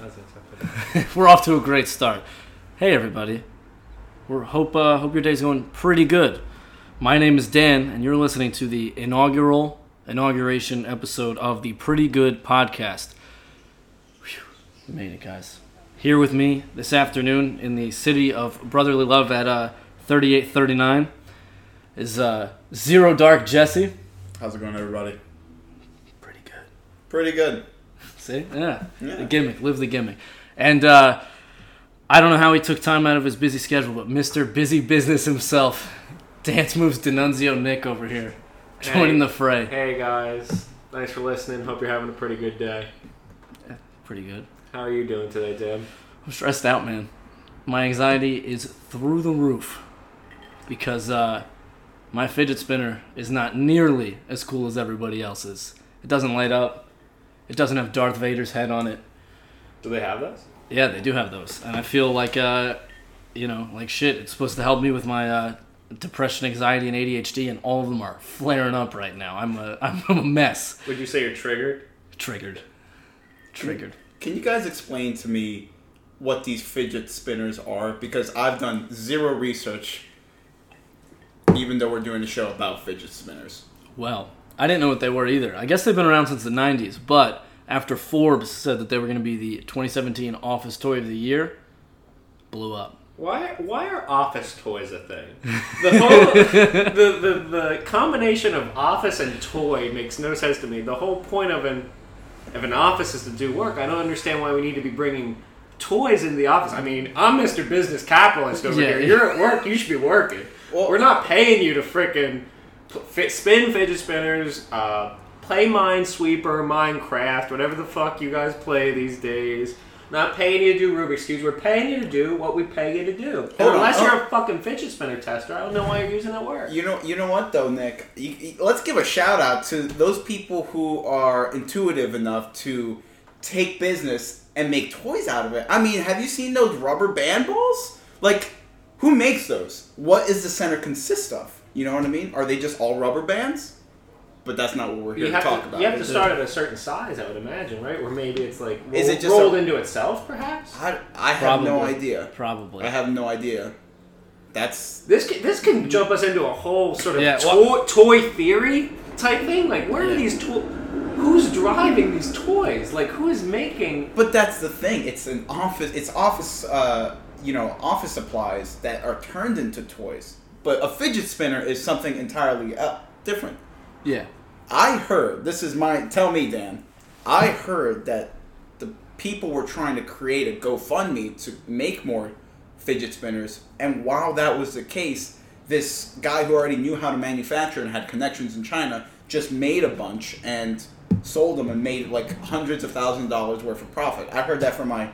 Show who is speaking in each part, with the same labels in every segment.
Speaker 1: That's acceptable.
Speaker 2: We're off to a great start. Hey everybody. We're hope uh, hope your day's going pretty good. My name is Dan and you're listening to the inaugural inauguration episode of the Pretty Good podcast. Phew, we made it, guys. Here with me this afternoon in the city of brotherly love at uh 3839 is uh Zero Dark Jesse.
Speaker 3: How's it going, everybody?
Speaker 2: Pretty good.
Speaker 3: Pretty good.
Speaker 2: See, yeah.
Speaker 3: Yeah.
Speaker 2: the gimmick, live the gimmick. And uh, I don't know how he took time out of his busy schedule, but Mister Busy Business himself, Dance Moves Denunzio Nick over here, joining
Speaker 1: Hey.
Speaker 2: the fray.
Speaker 1: Hey guys, thanks for listening. Hope you're having a pretty good day.
Speaker 2: Pretty good.
Speaker 1: How are you doing today, Tim?
Speaker 2: I'm stressed out, man. My anxiety is through the roof because uh, my fidget spinner is not nearly as cool as everybody else's. It doesn't light up. It doesn't have Darth Vader's head on it.
Speaker 1: Do they have those?
Speaker 2: Yeah, they do have those, and I feel like, uh, you know, like shit. It's supposed to help me with my uh, depression, anxiety, and ADHD, and all of them are flaring up right now. I'm a, I'm a mess.
Speaker 1: Would you say you're triggered?
Speaker 2: Triggered, triggered.
Speaker 3: Can you guys explain to me what these fidget spinners are? Because I've done zero research, even though we're doing a show about fidget spinners.
Speaker 2: Well, I didn't know what they were either. I guess they've been around since the '90s, but after Forbes said that they were going to be the 2017 Office Toy of the Year, blew up.
Speaker 1: Why? Why are office toys a thing? The whole the, the the combination of office and toy makes no sense to me. The whole point of an of an office is to do work. I don't understand why we need to be bringing toys into the office. I mean, I'm Mr. Business Capitalist over
Speaker 2: Yeah.
Speaker 1: here. You're at work. You should be working.
Speaker 3: Well-
Speaker 1: We're not paying you to frickin' p- fit, spin fidget spinners. Uh, play Minesweeper, Minecraft, whatever the fuck you guys play these days. Not paying you to do Rubik's cubes. We're paying you to do what we pay you to do.
Speaker 3: Hold on,
Speaker 1: Unless
Speaker 3: oh.
Speaker 1: you're a fucking fidget spinner tester, I don't know why you're using that word.
Speaker 3: You know, you know what though, Nick. You, you- let's give a shout out to those people who are intuitive enough to take business and make toys out of it. I mean, have you seen those rubber band balls? Like, who makes those? What is the center consist of? You know what I mean? Are they just all rubber bands? But that's not what we're here
Speaker 1: You
Speaker 3: to
Speaker 1: have
Speaker 3: talk
Speaker 1: to,
Speaker 3: about.
Speaker 1: you have to start at a certain size, I would imagine, right? Or maybe it's like roll,
Speaker 3: Is it just
Speaker 1: rolled
Speaker 3: a-
Speaker 1: into itself, perhaps.
Speaker 3: I, I have no
Speaker 2: Probably.
Speaker 3: idea.
Speaker 2: Probably.
Speaker 3: I have no idea. That's
Speaker 1: This can, this
Speaker 3: Mm.
Speaker 1: can jump us into a whole sort of
Speaker 2: Yeah,
Speaker 1: toy, toy theory type thing. Like, where are
Speaker 2: Yeah.
Speaker 1: these toys? Who's driving these toys? Like, who is making?
Speaker 3: But that's the thing. It's an office. It's office. Uh, you know, office supplies that are turned into toys. But a fidget spinner is something entirely uh, different.
Speaker 2: yeah.
Speaker 3: I heard. This is my. Tell me, Dan. I heard that the people were trying to create a GoFundMe to make more fidget spinners. And while that was the case, this guy who already knew how to manufacture and had connections in China just made a bunch and sold them and made like hundreds of thousands of dollars worth of profit. I heard that from my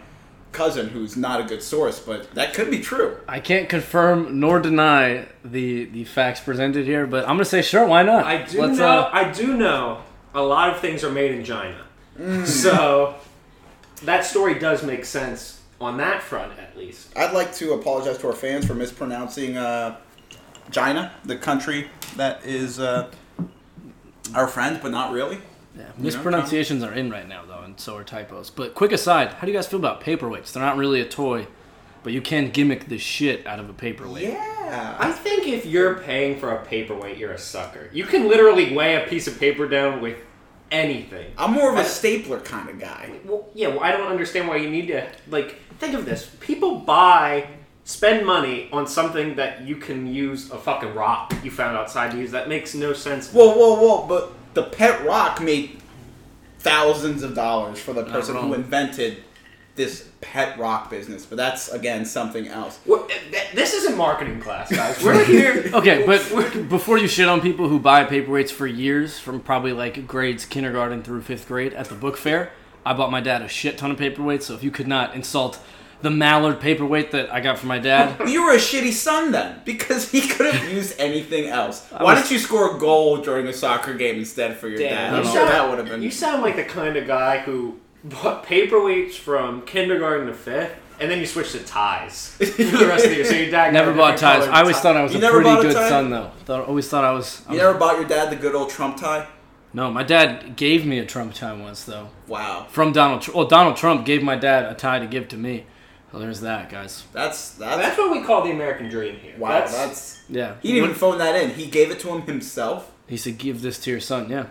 Speaker 3: cousin, who's not a good source, but that could be true.
Speaker 2: I can't confirm nor deny the the facts presented here, but I'm gonna say sure. Why not?
Speaker 1: I do
Speaker 2: Let's,
Speaker 1: know.
Speaker 2: uh,
Speaker 1: I do know a lot of things are made in China,
Speaker 3: Mm.
Speaker 1: so that story does make sense on that front, at least.
Speaker 3: I'd like to apologize to our fans for mispronouncing uh, China, the country that is uh, our friend, but not really.
Speaker 2: Yeah, mispronunciations are in right now though, and so are typos. But quick aside, how do you guys feel about paperweights? They're not really a toy, but you can gimmick the shit out of a paperweight.
Speaker 3: Yeah.
Speaker 1: I think if you're paying for a paperweight, you're a sucker. You can literally weigh a piece of paper down with anything.
Speaker 3: I'm more of a stapler kind of guy.
Speaker 1: Well, yeah, well, I don't understand why you need to like think of this. People buy spend money on something that you can use a fucking rock you found outside to use. That makes no sense.
Speaker 3: Whoa, whoa, whoa! But the pet rock made thousands of dollars for the person
Speaker 2: wrong.
Speaker 3: who invented this pet rock business. But that's again something else.
Speaker 1: What- th- this isn't marketing class, guys. We're here.
Speaker 2: Okay, but before you shit on people who buy paperweights for years, from probably like grades kindergarten through fifth grade at the book fair, I bought my dad a shit ton of paperweights. So if you could not insult the mallard paperweight that I got from my dad,
Speaker 3: You were a shitty son then, because he could have used anything else. Why
Speaker 2: was-
Speaker 3: didn't you score a goal during a soccer game instead for your
Speaker 1: Damn,
Speaker 3: dad? I'm
Speaker 2: you
Speaker 3: sure
Speaker 1: sound-
Speaker 3: that would have been.
Speaker 1: You sound like the kind of guy who bought paperweights from kindergarten to fifth, and then you switch to ties for the rest of the year. So your dad
Speaker 2: never
Speaker 1: got a
Speaker 2: bought
Speaker 1: different
Speaker 2: ties.
Speaker 1: colored
Speaker 2: I always
Speaker 1: tie.
Speaker 2: thought I was
Speaker 3: You
Speaker 2: a
Speaker 3: never
Speaker 2: pretty
Speaker 3: bought a
Speaker 2: good
Speaker 3: tie?
Speaker 2: son though. Thought, always thought I was. I
Speaker 3: You
Speaker 2: was
Speaker 3: never bought your dad the good old Trump tie?
Speaker 2: No, my dad gave me a Trump tie once though.
Speaker 3: Wow,
Speaker 2: From Donald Trump. Well, Donald Trump gave my dad a tie to give to me. So there's that, guys.
Speaker 3: that's that's,
Speaker 1: That's what we call the American dream here.
Speaker 3: wow.
Speaker 1: That's,
Speaker 3: That's,
Speaker 2: Yeah.
Speaker 3: he didn't even phone that in. He gave it to him himself.
Speaker 2: He said, "Give this to your son." Yeah.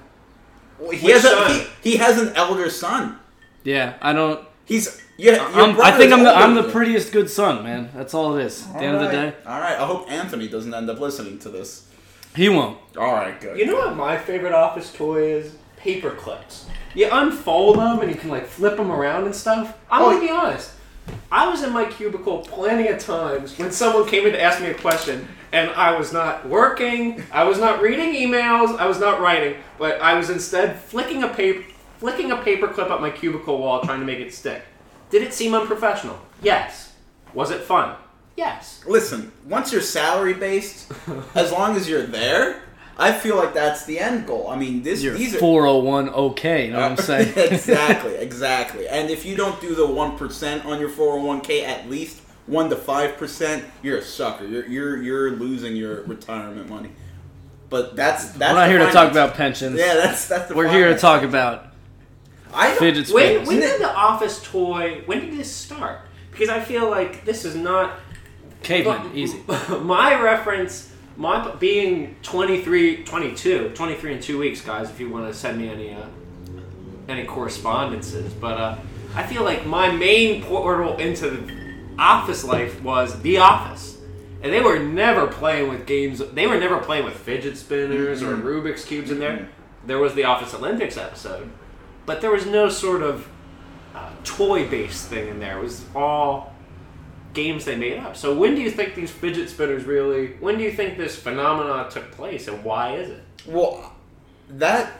Speaker 3: Well, he
Speaker 1: Which
Speaker 3: has a,
Speaker 1: son?
Speaker 3: he, he has an elder son.
Speaker 2: Yeah. I don't.
Speaker 3: He's yeah. your
Speaker 2: I'm, I
Speaker 3: brother's
Speaker 2: think I'm the,
Speaker 3: older
Speaker 2: I'm the
Speaker 3: than you.
Speaker 2: prettiest good son, man. That's all it is. At the end of the
Speaker 3: All
Speaker 2: day,
Speaker 3: right. All right. I hope Anthony doesn't end up listening to this.
Speaker 2: he won't.
Speaker 3: All right. Good.
Speaker 1: You know what my favorite office toy is? Paper clips. You unfold them and you can like flip them around and stuff. I'm
Speaker 3: Oh.
Speaker 1: gonna be honest. I was in my cubicle plenty of times when someone came in to ask me a question, and I was not working, I was not reading emails, I was not writing, but I was instead flicking a paper, flicking a paper clip up my cubicle wall, trying to make it stick. Did it seem unprofessional? Yes. Was it fun? Yes.
Speaker 3: Listen, once you're salary based, as long as you're there, I feel like that's the end goal. I mean, this
Speaker 2: You're
Speaker 3: these are
Speaker 2: 401 okay. You know what I'm saying?
Speaker 3: exactly, exactly. And if you don't do the one percent on your 401k, at least one to five percent, you're a sucker. You're you're you're losing your retirement money. But that's that's
Speaker 2: We're not
Speaker 3: the
Speaker 2: here to talk
Speaker 3: finance.
Speaker 2: about pensions.
Speaker 3: Yeah, that's that's the.
Speaker 2: We're here to
Speaker 3: finance.
Speaker 2: talk about
Speaker 3: I don't-
Speaker 2: fidget
Speaker 1: When,
Speaker 2: spinners.
Speaker 1: when did the office toy? When did this start? Because I feel like this is not
Speaker 2: Caveman, easy.
Speaker 1: my reference, my being 23, 22, 23 in two weeks, guys. If you want to send me any uh, any correspondences, but uh, I feel like my main portal into the office life was The Office, and they were never playing with games. They were never playing with fidget spinners or Rubik's cubes in there.
Speaker 2: Mm-hmm.
Speaker 1: There was the Office Olympics episode, but there was no sort of uh, toy-based thing in there. It was all games they made up. So when do you think these fidget spinners really? When do you think this phenomenon took place, and why is it?
Speaker 3: Well, that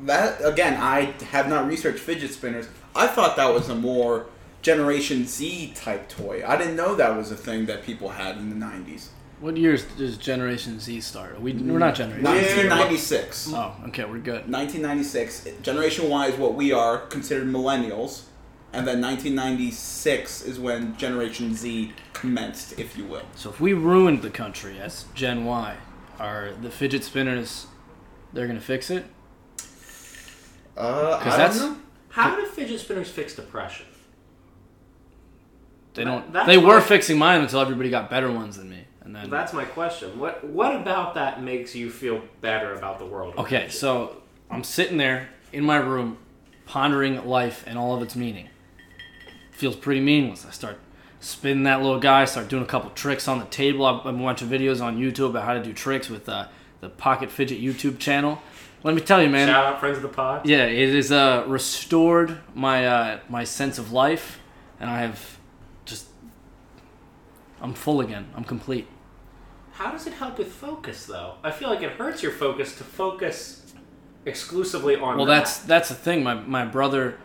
Speaker 3: that again, I have not researched fidget spinners. I thought that was a more Generation Z type toy. I didn't know that was a thing that people had in the nineties.
Speaker 2: What years does Generation Z start? We, we're not Generation Z.
Speaker 3: Nineteen ninety six.
Speaker 2: Oh, okay, we're good.
Speaker 3: 1996, generation Y is what we are considered millennials, and then 1996 is when Generation Z commenced, if you will.
Speaker 2: So if we ruined the country as Gen Y, are the fidget spinners, they're going to fix it?
Speaker 3: Uh,
Speaker 2: 'Cause that's-
Speaker 1: How do fidget spinners fix depression?
Speaker 2: They
Speaker 1: That-
Speaker 2: don't.
Speaker 1: that's
Speaker 2: they were
Speaker 1: why-
Speaker 2: fixing mine until everybody got better ones than me. And then
Speaker 1: That's my question. What What about that makes you feel better about the world?
Speaker 2: Okay, so I'm sitting there in my room, pondering life and all of its meaning. Feels pretty meaningless. I start spinning that little guy. Start doing a couple tricks on the table. I've been watching videos on YouTube about how to do tricks with uh, the Pocket Fidget YouTube channel. Let me tell you, man.
Speaker 1: Shout out friends of the pod.
Speaker 2: Yeah, it has uh, restored my uh, my sense of life, and I have just I'm full again. I'm complete.
Speaker 1: How does it help with focus though? I feel like it hurts your focus to focus exclusively on.
Speaker 2: Well,
Speaker 1: that.
Speaker 2: that's that's the thing. My my brother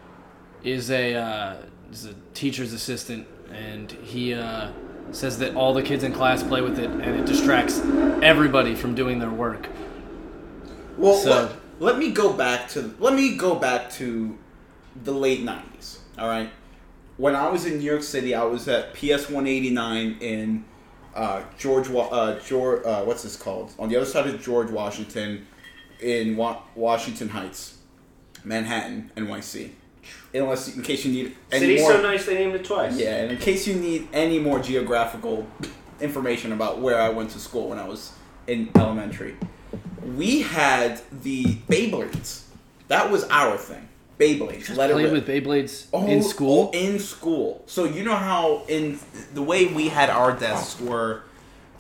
Speaker 2: is a uh, is a teacher's assistant, and he uh, says that all the kids in class play with it, and it distracts everybody from doing their work.
Speaker 3: Well,
Speaker 2: So-
Speaker 3: let, let me go back to let me go back to the late '90s. All right, when I was in New York City, I was at PS 189 in uh, George Wa- uh, George uh, what's this called on the other side of George Washington in Wa- Washington Heights, Manhattan, NYC. Unless in case you need any
Speaker 1: City's
Speaker 3: more,
Speaker 1: so nice they named it twice.
Speaker 3: yeah, and in case you need any more geographical information about where I went to school when I was in elementary, we had the Beyblades. That was our thing. Beyblades. Let it
Speaker 2: Played
Speaker 3: rip.
Speaker 2: with Beyblades
Speaker 3: Oh,
Speaker 2: in school.
Speaker 3: oh, in school. So you know how in the way we had our desks were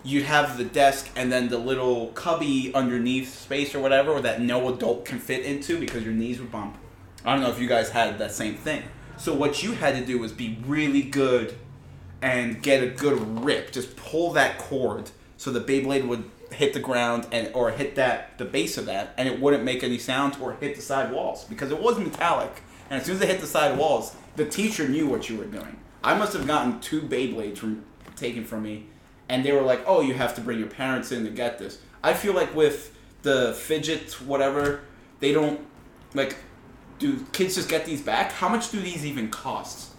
Speaker 3: you'd have the desk and then the little cubby underneath space or whatever that no adult can fit into because your knees would bump. I don't know if you guys had that same thing. So what you had to do was be really good and get a good rip. Just pull that cord so the Beyblade would hit the ground and or hit that the base of that and it wouldn't make any sound or hit the side walls because it was metallic. And as soon as it hit the side walls, the teacher knew what you were doing. I must have gotten two Beyblades from taken from me and they were like, "Oh, you have to bring your parents in to get this." I feel like with the fidget whatever, they don't like do kids just get these back? How much do these even cost?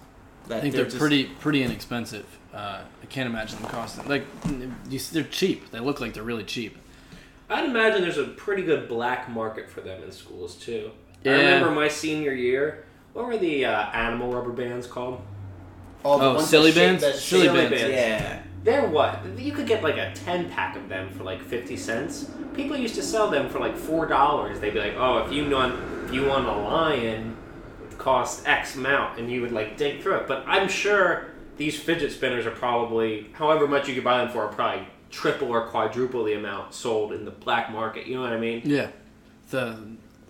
Speaker 3: That
Speaker 2: I think
Speaker 3: they're
Speaker 2: they're,
Speaker 3: just-
Speaker 2: pretty pretty inexpensive. Uh, I can't imagine them costing like you, s- they're cheap. They look like they're really cheap.
Speaker 1: I'd imagine there's a pretty good black market for them in schools too.
Speaker 2: Yeah.
Speaker 1: I remember my senior year. What were the uh, animal rubber bands called?
Speaker 3: All
Speaker 2: Oh,
Speaker 3: ones that
Speaker 2: silly
Speaker 3: shake
Speaker 2: bands?
Speaker 3: that
Speaker 2: Silly
Speaker 3: shit.
Speaker 2: bands.
Speaker 3: Yeah.
Speaker 1: They're what? You could get like a 10 pack of them for like 50 cents. People used to sell them for like $4. They'd be like, oh, if you want, if you want a lion, it costs X amount. And you would like dig through it. But I'm sure these fidget spinners are probably, however much you could buy them for, are probably triple or quadruple the amount sold in the black market. You know what I mean?
Speaker 2: Yeah, the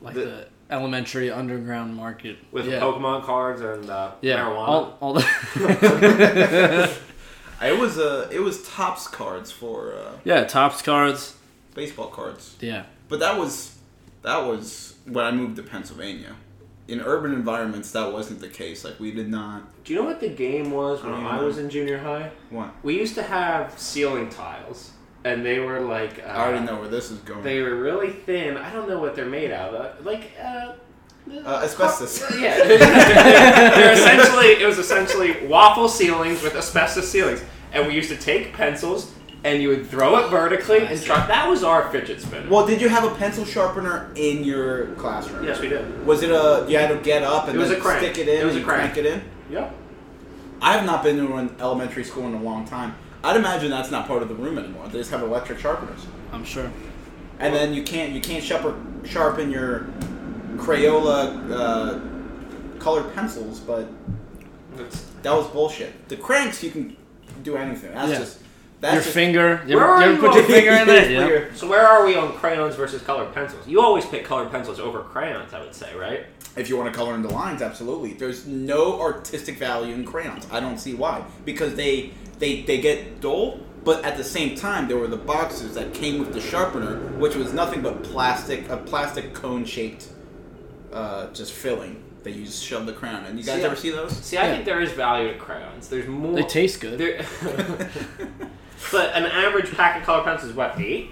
Speaker 2: like the,
Speaker 1: The-
Speaker 2: elementary underground market
Speaker 1: With
Speaker 2: yeah.
Speaker 1: Pokemon cards and uh,
Speaker 2: yeah.
Speaker 1: marijuana.
Speaker 2: All, all
Speaker 3: It was uh, it was tops cards for uh,
Speaker 2: yeah, tops cards.
Speaker 3: baseball cards.
Speaker 2: Yeah,
Speaker 3: But that was that was when I moved to Pennsylvania. In urban environments, that wasn't the case. Like we did not
Speaker 1: Do you know what the game was when
Speaker 3: I don't
Speaker 1: I
Speaker 3: know.
Speaker 1: was in junior high?
Speaker 3: want.
Speaker 1: We used to have ceiling tiles, and they were like uh,
Speaker 3: I already know where this is going.
Speaker 1: They were really thin. I don't know what they're made out of. Like uh,
Speaker 3: uh, asbestos.
Speaker 1: yeah, they're essentially it was essentially waffle ceilings with asbestos ceilings, and we used to take pencils and you would throw it vertically and try. That was our fidget spinner.
Speaker 3: well, did you have a pencil sharpener in your classroom?
Speaker 1: Yes, we did.
Speaker 3: Was it a you had to get up and
Speaker 1: It was
Speaker 3: then
Speaker 1: a crank.
Speaker 3: stick it in?
Speaker 1: It was
Speaker 3: and
Speaker 1: a crank.
Speaker 3: it in.
Speaker 1: Yep.
Speaker 3: I have not been to an elementary school in a long time. I'd imagine that's not part of the room anymore. They just have electric sharpeners,
Speaker 2: I'm sure.
Speaker 3: and then you can't you can't sharpen sharpen your Crayola uh, colored pencils. But
Speaker 1: That's-
Speaker 3: that was bullshit. The cranks you can do anything. That's
Speaker 2: Yeah.
Speaker 3: just that's
Speaker 2: your
Speaker 3: just,
Speaker 2: finger. You
Speaker 1: Where
Speaker 2: ever,
Speaker 1: are
Speaker 2: you ever
Speaker 1: you
Speaker 2: put
Speaker 1: on-
Speaker 2: your finger in there? Yeah.
Speaker 3: Finger.
Speaker 1: So where are we on crayons versus colored pencils? You always pick colored pencils over crayons, I would say, right?
Speaker 3: If you want to color into lines, absolutely. There's no artistic value in crayons. I don't see why because they they they get dull. But at the same time, there were the boxes that came with the sharpener, which was nothing but plastic, a plastic cone shaped, uh, just filling that you just shove the crayon. in. you guys
Speaker 1: See,
Speaker 3: ever
Speaker 1: I-
Speaker 3: see those?
Speaker 1: See, I
Speaker 2: Yeah.
Speaker 1: think there is value to crayons. There's more.
Speaker 2: They taste good.
Speaker 1: There- but an average pack of color pencils is what eight.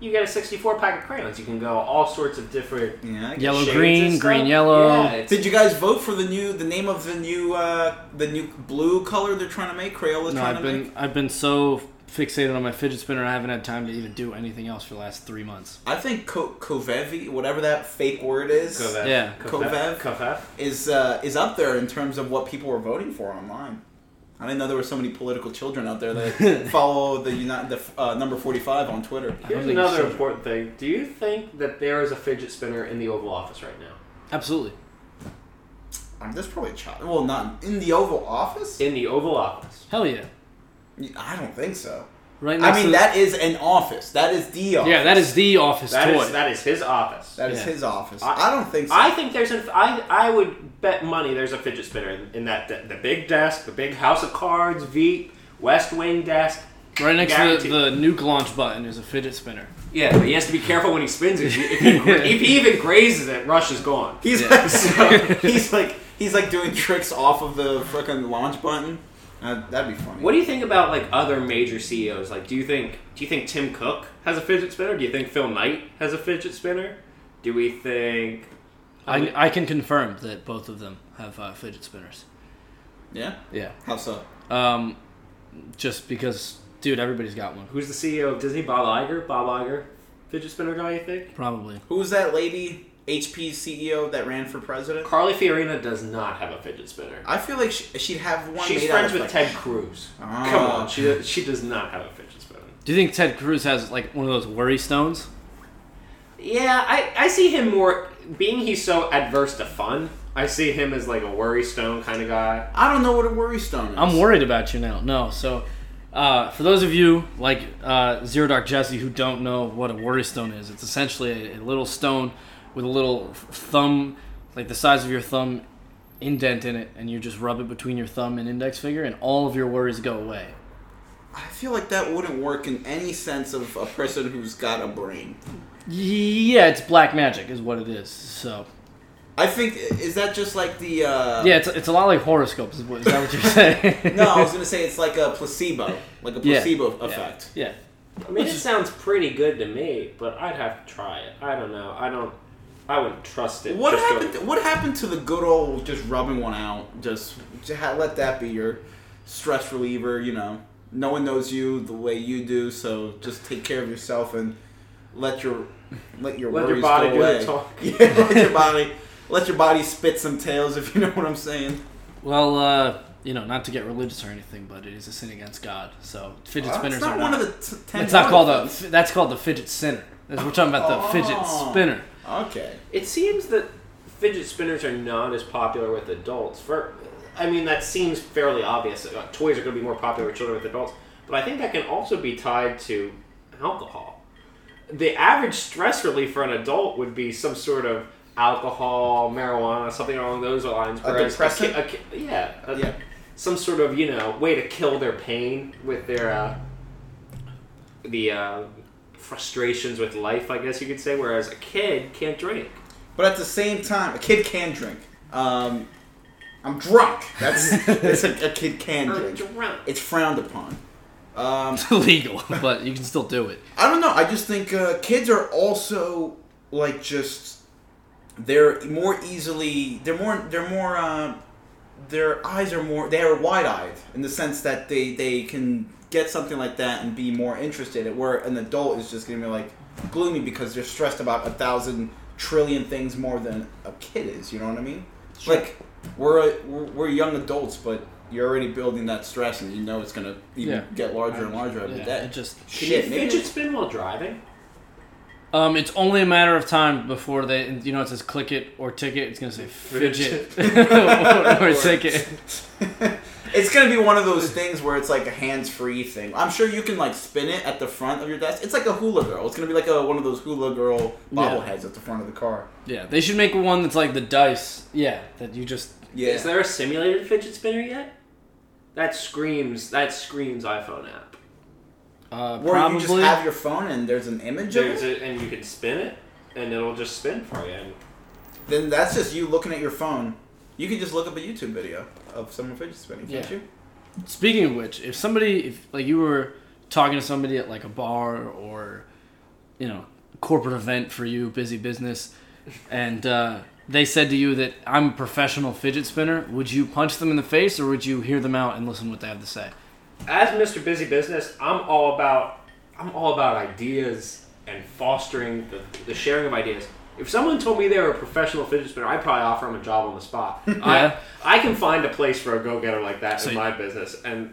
Speaker 1: You get a sixty-four pack of crayons. You can go all sorts of different.
Speaker 3: Yeah. I guess.
Speaker 2: Yellow,
Speaker 1: shades and
Speaker 2: green,
Speaker 1: stuff.
Speaker 2: green, yellow.
Speaker 1: Yeah, it's-
Speaker 3: Did you guys vote for the new the name of the new uh, the new blue color they're trying to make? Crayola's
Speaker 2: No,
Speaker 3: trying
Speaker 2: I've
Speaker 3: to
Speaker 2: been
Speaker 3: make.
Speaker 2: I've been so fixated on my fidget spinner, I haven't had time to even do anything else for the last three months.
Speaker 3: I think Co- Covevi, whatever that fake word is.
Speaker 1: Kovev.
Speaker 2: Yeah.
Speaker 1: Kovev. Kovev.
Speaker 3: is uh, is up there in terms of what people were voting for online. I didn't know there were so many political children out there that follow the Uni- the uh, number forty five on Twitter.
Speaker 2: I don't
Speaker 1: Here's
Speaker 2: think you
Speaker 1: another
Speaker 2: should.
Speaker 1: important thing. Do you think that there is a fidget spinner in the Oval Office right now?
Speaker 2: Absolutely.
Speaker 3: Um, there's probably a child. Well, not in the Oval Office.
Speaker 1: In the Oval Office.
Speaker 2: Hell yeah.
Speaker 3: I don't think so.
Speaker 2: Right.
Speaker 3: I
Speaker 2: next to
Speaker 3: mean,
Speaker 2: the-
Speaker 3: that is an office. That is the office.
Speaker 2: Yeah, that is the office
Speaker 1: That
Speaker 2: toy.
Speaker 1: is that is his office.
Speaker 3: that is
Speaker 2: yeah.
Speaker 3: his office.
Speaker 1: I-
Speaker 3: I, don't think so.
Speaker 1: I think there's an. I I would bet money there's a fidget spinner in, in that de- the big desk, the big House of Cards, Veep, West Wing desk.
Speaker 2: right next to
Speaker 1: Guaranteed.
Speaker 2: the, the nuke launch button is a fidget spinner.
Speaker 1: Yeah, but he has to be careful when he spins it. If he, if he, gra- if he even grazes it, Rush is gone.
Speaker 3: he's
Speaker 2: Yeah.
Speaker 3: so- he's like he's like doing tricks off of the frickin' launch button. Uh, that'd be funny.
Speaker 1: What do you think about like other major CEOs? Like, do you think do you think Tim Cook has a fidget spinner? Do you think Phil Knight has a fidget spinner? Do we think? Oh,
Speaker 2: I, I can confirm that both of them have uh, fidget spinners.
Speaker 3: yeah.
Speaker 2: Yeah.
Speaker 3: How so?
Speaker 2: Um, just because, dude, everybody's got one.
Speaker 1: Who's the CEO of Disney? Bob Iger. Bob Iger, fidget spinner guy. You think?
Speaker 2: Probably.
Speaker 3: Who was that lady HP CEO E that ran for president?
Speaker 1: Carly Fiorina does not have a fidget spinner.
Speaker 3: I feel like she, she'd have one.
Speaker 1: She's
Speaker 3: made
Speaker 1: friends
Speaker 3: out of,
Speaker 1: with
Speaker 3: like,
Speaker 1: Ted Cruz.
Speaker 3: Ah.
Speaker 1: Come on, she she does not have a fidget spinner.
Speaker 2: Do you think Ted Cruz has like one of those worry stones?
Speaker 1: Yeah, I, I see him more being he's so adverse to fun. I see him as like a worry stone kind of guy.
Speaker 3: I don't know what a worry stone is.
Speaker 2: I'm worried about you now. No, so uh, for those of you like uh, Zero Dark Jesse who don't know what a worry stone is, it's essentially a, a little stone with a little thumb, like the size of your thumb, indent in it, and you just rub it between your thumb and index finger, and all of your worries go away.
Speaker 3: I feel like that wouldn't work in any sense of a person who's got a brain.
Speaker 2: Yeah, it's black magic, is what it is. So
Speaker 3: I think is that just like the. Uh,
Speaker 2: yeah, it's, it's a lot like horoscopes. Is what- is that what you're saying?
Speaker 3: No, I was gonna say it's like a placebo, like a
Speaker 2: Yeah.
Speaker 3: placebo
Speaker 2: Yeah.
Speaker 3: effect.
Speaker 2: Yeah.
Speaker 1: I mean, it sounds pretty good to me, but I'd have to try it. I don't know. I don't. I wouldn't trust it.
Speaker 3: What
Speaker 1: just
Speaker 3: happened?
Speaker 1: going-
Speaker 3: what happened to the good old just rubbing one out? Just, just ha- let that be your stress reliever. You know, no one knows you the way you do, so just take care of yourself and let your let your
Speaker 1: Let your
Speaker 3: worries
Speaker 1: body
Speaker 3: go
Speaker 1: do the
Speaker 3: away.
Speaker 1: talk.
Speaker 3: Yeah, let your body let your body spit some tails if you know what I'm saying.
Speaker 2: Well, uh, you know, not to get religious or anything, but it is a sin against God. So fidget
Speaker 3: Well,
Speaker 2: spinners
Speaker 3: it's not
Speaker 2: are
Speaker 3: one
Speaker 2: not.
Speaker 3: of the t- ten.
Speaker 2: It's not called a.
Speaker 3: wonders.
Speaker 2: That's called the fidget spinner. That's- We're talking about the fidget
Speaker 3: Oh.
Speaker 2: spinner.
Speaker 3: Okay.
Speaker 1: It seems that fidget spinners are not as popular with adults. For, I mean, that seems fairly obvious. Uh, Toys are going to be more popular with children with adults, but I think that can also be tied to alcohol. The average stress relief for an adult would be some sort of alcohol, marijuana, something along those lines. whereas
Speaker 3: depressant?
Speaker 1: ki- a ki- yeah, a-
Speaker 3: Yeah.
Speaker 1: Some sort of you know way to kill their pain with their uh, the uh, frustrations with life, I guess you could say. Whereas a kid can't drink.
Speaker 3: But at the same time, a kid can drink. Um, I'm drunk. That's it's a, a kid can
Speaker 1: I'm
Speaker 3: drink.
Speaker 1: drunk.
Speaker 3: It's frowned upon. Um,
Speaker 2: It's illegal, but you can still do it.
Speaker 3: I don't know. I just think uh, kids are also like just they're more easily they're more they're more uh, their eyes are more they are wide eyed in the sense that they they can get something like that and be more interested. At where an adult is just gonna be like gloomy because they're stressed about a thousand trillion things more than a kid is. You know what I mean? Like we're, a, we're we're young adults, but. You're already building that stress, and you know it's gonna even
Speaker 2: Yeah.
Speaker 3: get larger and larger every day.
Speaker 2: Yeah, it just-
Speaker 1: Can
Speaker 3: Shit,
Speaker 1: you
Speaker 3: maybe-
Speaker 1: fidget spin while driving?
Speaker 2: Um, it's only a matter of time before they, you know, it says click it or ticket. It's gonna say fidget or, or ticket.
Speaker 3: It's gonna be one of those things where it's like a hands-free thing. I'm sure you can like spin it at the front of your desk. It's like a hula girl. It's gonna be like a one of those hula girl bobbleheads at the front of the car.
Speaker 2: Yeah, they should make one that's like the dice. Yeah, that you just.
Speaker 3: Yeah.
Speaker 1: Is there a simulated fidget spinner yet? That screams. That screams iPhone app.
Speaker 2: Uh,
Speaker 3: where
Speaker 2: probably.
Speaker 3: you just have your phone and there's an image of
Speaker 1: There's
Speaker 3: it.
Speaker 1: a, and you can spin it, and it'll just spin for you. And
Speaker 3: Then that's just you looking at your phone. You can just look up a YouTube video of someone fidget spinning, can't
Speaker 2: Yeah.
Speaker 3: you?
Speaker 2: Speaking of which, if somebody, if like you were talking to somebody at like a bar or, you know, corporate event for you, busy business, and uh, they said to you that I'm a professional fidget spinner, would you punch them in the face or would you hear them out and listen what they have to say?
Speaker 1: as Mr. Busy Business, I'm all about. I'm all about ideas and fostering the, the sharing of ideas. If someone told me they were a professional fidget spinner, I'd probably offer them a job on the spot.
Speaker 2: Yeah.
Speaker 1: I, I can find a place for a go-getter like that
Speaker 2: So
Speaker 1: in
Speaker 2: you-
Speaker 1: my business, and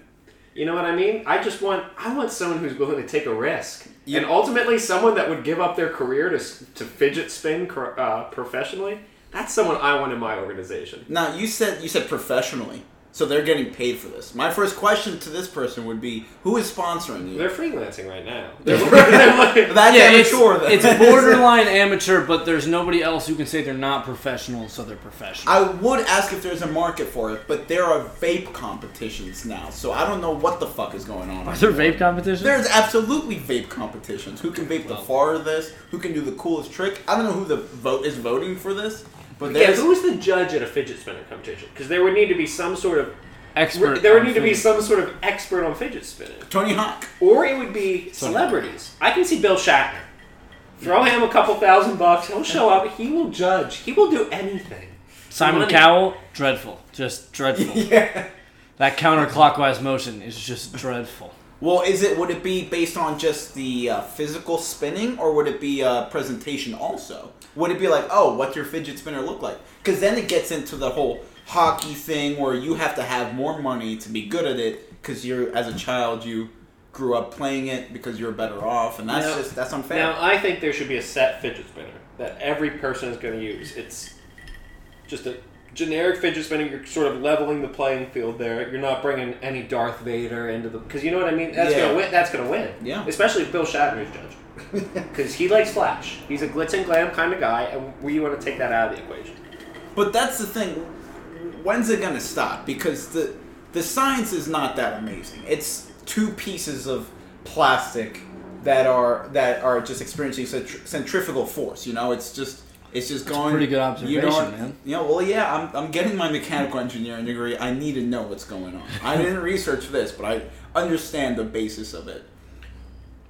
Speaker 1: you know what I mean. I just want I want someone who's willing to take a risk,
Speaker 3: Yeah.
Speaker 1: and ultimately someone that would give up their career to s- to fidget spin cor- uh, professionally. That's someone I want in my organization.
Speaker 3: Now you said you said professionally, so they're getting paid for this. My first question to this person would be, who is sponsoring you?
Speaker 1: They're freelancing right now. They're looking-
Speaker 3: That's
Speaker 2: Yeah, it's,
Speaker 3: amateur. then.
Speaker 2: it's borderline amateur, but there's nobody else who can say they're not professional, so they're professional.
Speaker 3: I would ask if there's a market for it, but there are vape competitions now, so I don't know what the fuck is going on.
Speaker 2: Are there vape competitions?
Speaker 3: There's absolutely vape competitions. Who can vape the farthest? Who can do the coolest trick? I don't know who the vote is voting for this, but
Speaker 1: Yeah,
Speaker 3: there's
Speaker 1: who was the judge at a fidget spinner competition? Because there would need to be some sort of
Speaker 2: expert.
Speaker 1: there would
Speaker 2: on
Speaker 1: need to be
Speaker 2: fidget-
Speaker 1: some sort of expert on fidget spinning,
Speaker 3: Tony Hawk.
Speaker 1: or it would be celebrities. I can see Bill Shatner. Throw him a couple thousand bucks, he'll show up. He will judge. He will do anything.
Speaker 2: Simon
Speaker 1: money.
Speaker 2: Cowell, dreadful, just dreadful.
Speaker 3: Yeah.
Speaker 2: That counterclockwise motion is just dreadful.
Speaker 3: Well, is it? Would it be based on just the uh, physical spinning, or would it be uh, presentation also? Would it be like, oh, what's your fidget spinner look like? Because then it gets into the whole hockey thing, where you have to have more money to be good at it, because you're as a child you grew up playing it because you're better off, and that's
Speaker 1: Now-
Speaker 3: just that's unfair.
Speaker 1: Now, I think there should be a set fidget spinner that every person is going to use. It's just a generic fidget spinner. You're sort of leveling the playing field there. You're not bringing any Darth Vader into the because you know what I mean. That's
Speaker 3: Yeah.
Speaker 1: gonna win. That's gonna win.
Speaker 3: Yeah.
Speaker 1: Especially if Bill Shatner's judge, because he likes flash. He's a glitz and glam kind of guy, and we want to take that out of the equation.
Speaker 3: But that's the thing. When's it gonna stop? Because the the science is not that amazing. It's two pieces of plastic that are that are just experiencing centri- centrifugal force. You know, it's just it's just going.
Speaker 2: pretty good
Speaker 3: you know,
Speaker 2: observation, man.
Speaker 3: You know, well, yeah, I'm, I'm getting my mechanical engineering degree. I need to know what's going on. I didn't research this, but I understand the basis of it.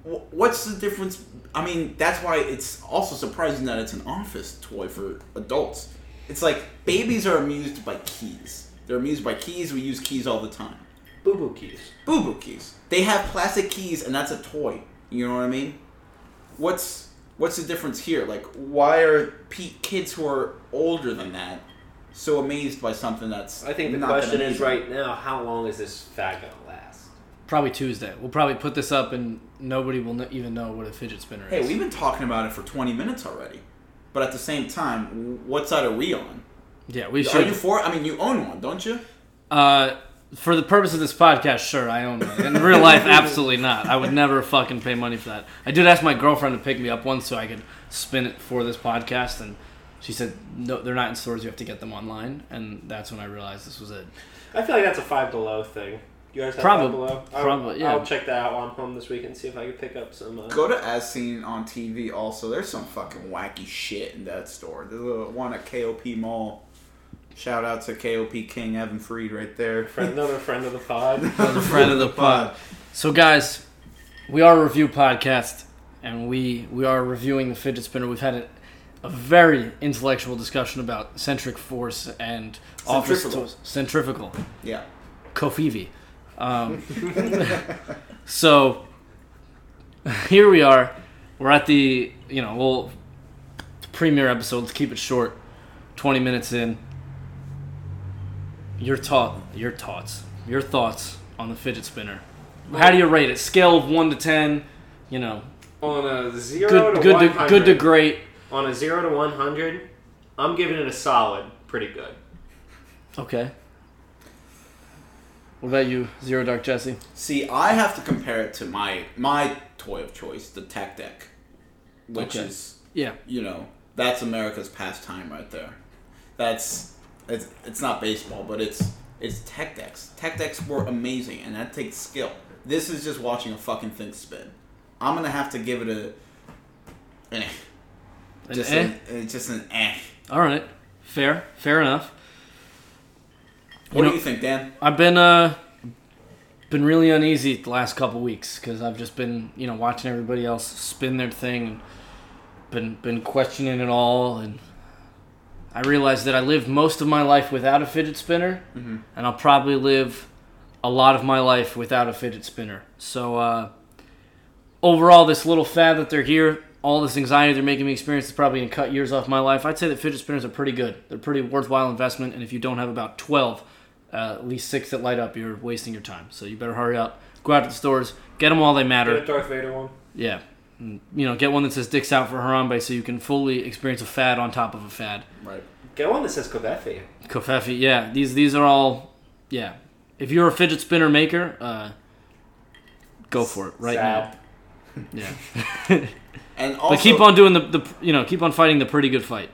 Speaker 3: Wh- What's the difference? I mean, that's why it's also surprising that it's an office toy for adults. It's like babies are amused by keys. They're amused by keys. We use keys all the time.
Speaker 1: Boo boo keys.
Speaker 3: Boo boo keys. They have plastic keys, and that's a toy. You know what I mean? What's what's the difference here? Like, why are pe- kids who are older than that so amazed by something that's?
Speaker 4: I think the
Speaker 3: not that
Speaker 4: question is
Speaker 3: amazing?
Speaker 4: right now: How long is this fad gonna last?
Speaker 2: Probably Tuesday. We'll probably put this up and nobody will kn- even know what a fidget spinner
Speaker 3: Hey,
Speaker 2: is.
Speaker 3: we've been talking about it for 20 minutes already, but at the same time, w- what side are we on?
Speaker 2: yeah, we
Speaker 3: Are
Speaker 2: should.
Speaker 3: you for? I mean, you own one, don't you?
Speaker 2: uh, for the purpose of this podcast, sure, I own one. In real life, absolutely not. I would never fucking pay money for that. I did ask my girlfriend to pick me up one so I could spin it for this podcast, and she said, no, they're not in stores. You have to get them online. And that's when I realized this was it.
Speaker 4: I feel like that's a five below thing. You guys have
Speaker 2: Probab-
Speaker 4: five below. I'll-
Speaker 2: probably, yeah.
Speaker 4: I'll check that out while I'm home this week and see if I can pick up some. Uh,
Speaker 3: Go to As Seen on TV. Also, there's some fucking wacky shit in that store. There's a one at KOP Mall. Shout out to KOP King Evan Freed right there.
Speaker 4: friend, another friend of the pod.
Speaker 2: Another friend of the pod. So, guys, we are a review podcast, and we we are reviewing the fidget spinner. We've had a, a very intellectual discussion about centric force and office
Speaker 3: Centrifugal.
Speaker 2: tools- centrifugal,
Speaker 3: Yeah.
Speaker 2: Kofivi. Um, so here we are. We're at the you know well premiere episode. Let's keep it short. Twenty minutes in. Your thought, your thoughts, your thoughts on the fidget spinner. How do you rate it? Scale of one to ten. You know,
Speaker 1: On a zero
Speaker 2: good,
Speaker 1: to
Speaker 2: good,
Speaker 1: one
Speaker 2: to,
Speaker 1: hundred.
Speaker 2: good to great.
Speaker 1: On a zero to one hundred, I'm giving it a solid, pretty good.
Speaker 2: Okay. What about you, Zero Dark Jesse?
Speaker 3: See, I have to compare it to my my toy of choice, the Tech Deck, which
Speaker 2: Okay.
Speaker 3: is
Speaker 2: Yeah,
Speaker 3: you know that's America's pastime right there. That's it's it's not baseball, but it's it's tech decks. Tech decks were amazing, and that takes skill. This is just watching a fucking thing spin. I'm gonna have to give it a an eh.
Speaker 2: An
Speaker 3: just
Speaker 2: eh?
Speaker 3: an, eh, just an eh.
Speaker 2: All right, fair, fair enough.
Speaker 3: What
Speaker 2: know-
Speaker 3: do you think, Dan?
Speaker 2: I've been uh, been really uneasy the last couple weeks because I've just been you know watching everybody else spin their thing and been been questioning it all and I realized that I lived most of my life without a fidget spinner and I'll probably live a lot of my life without a fidget spinner. So uh, overall, this little fad that they're here. All this anxiety they're making me experience is probably going to cut years off my life. I'd say that fidget spinners are pretty good. They're a pretty worthwhile investment, and if you don't have about 12, uh, at least six that light up, you're wasting your time. So you better hurry up. Go out to the stores, get them while they
Speaker 4: Get a
Speaker 2: matter.
Speaker 4: Darth Vader one.
Speaker 2: Yeah. And, You know, get one that says dicks out for Harambe so you can fully experience a fad on top of a fad.
Speaker 3: Right.
Speaker 4: Get one that says Kobefi.
Speaker 2: Kofefi, yeah. These these are all, yeah. If you're a fidget spinner maker, uh, go for it right
Speaker 4: Sad.
Speaker 2: now. Yeah.
Speaker 3: And
Speaker 2: But
Speaker 3: also,
Speaker 2: keep on doing the, the, you know, keep on fighting the pretty good fight.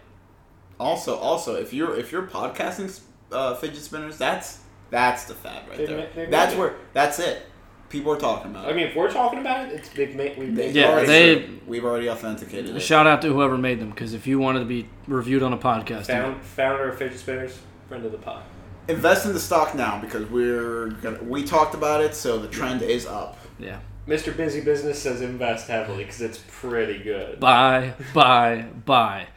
Speaker 3: also, also, if you're if you're podcasting uh, fidget spinners, that's that's the fad right
Speaker 4: They
Speaker 3: there.
Speaker 4: ma- they
Speaker 3: that's
Speaker 4: made it.
Speaker 3: where that's it. People are talking about. it.
Speaker 4: I mean, if we're talking about it, it's they've made we've made
Speaker 2: Yeah,
Speaker 3: already-
Speaker 2: they-
Speaker 3: we've already authenticated it.
Speaker 2: Shout out to whoever made them, because if you wanted to be reviewed on a podcast,
Speaker 4: found, founder of fidget spinners, friend of the pod.
Speaker 3: Invest in the stock now because we're gonna, we talked about it, so the trend is up.
Speaker 2: yeah.
Speaker 4: Mr. Busy Business says invest heavily because it's pretty good.
Speaker 2: Bye, bye, bye.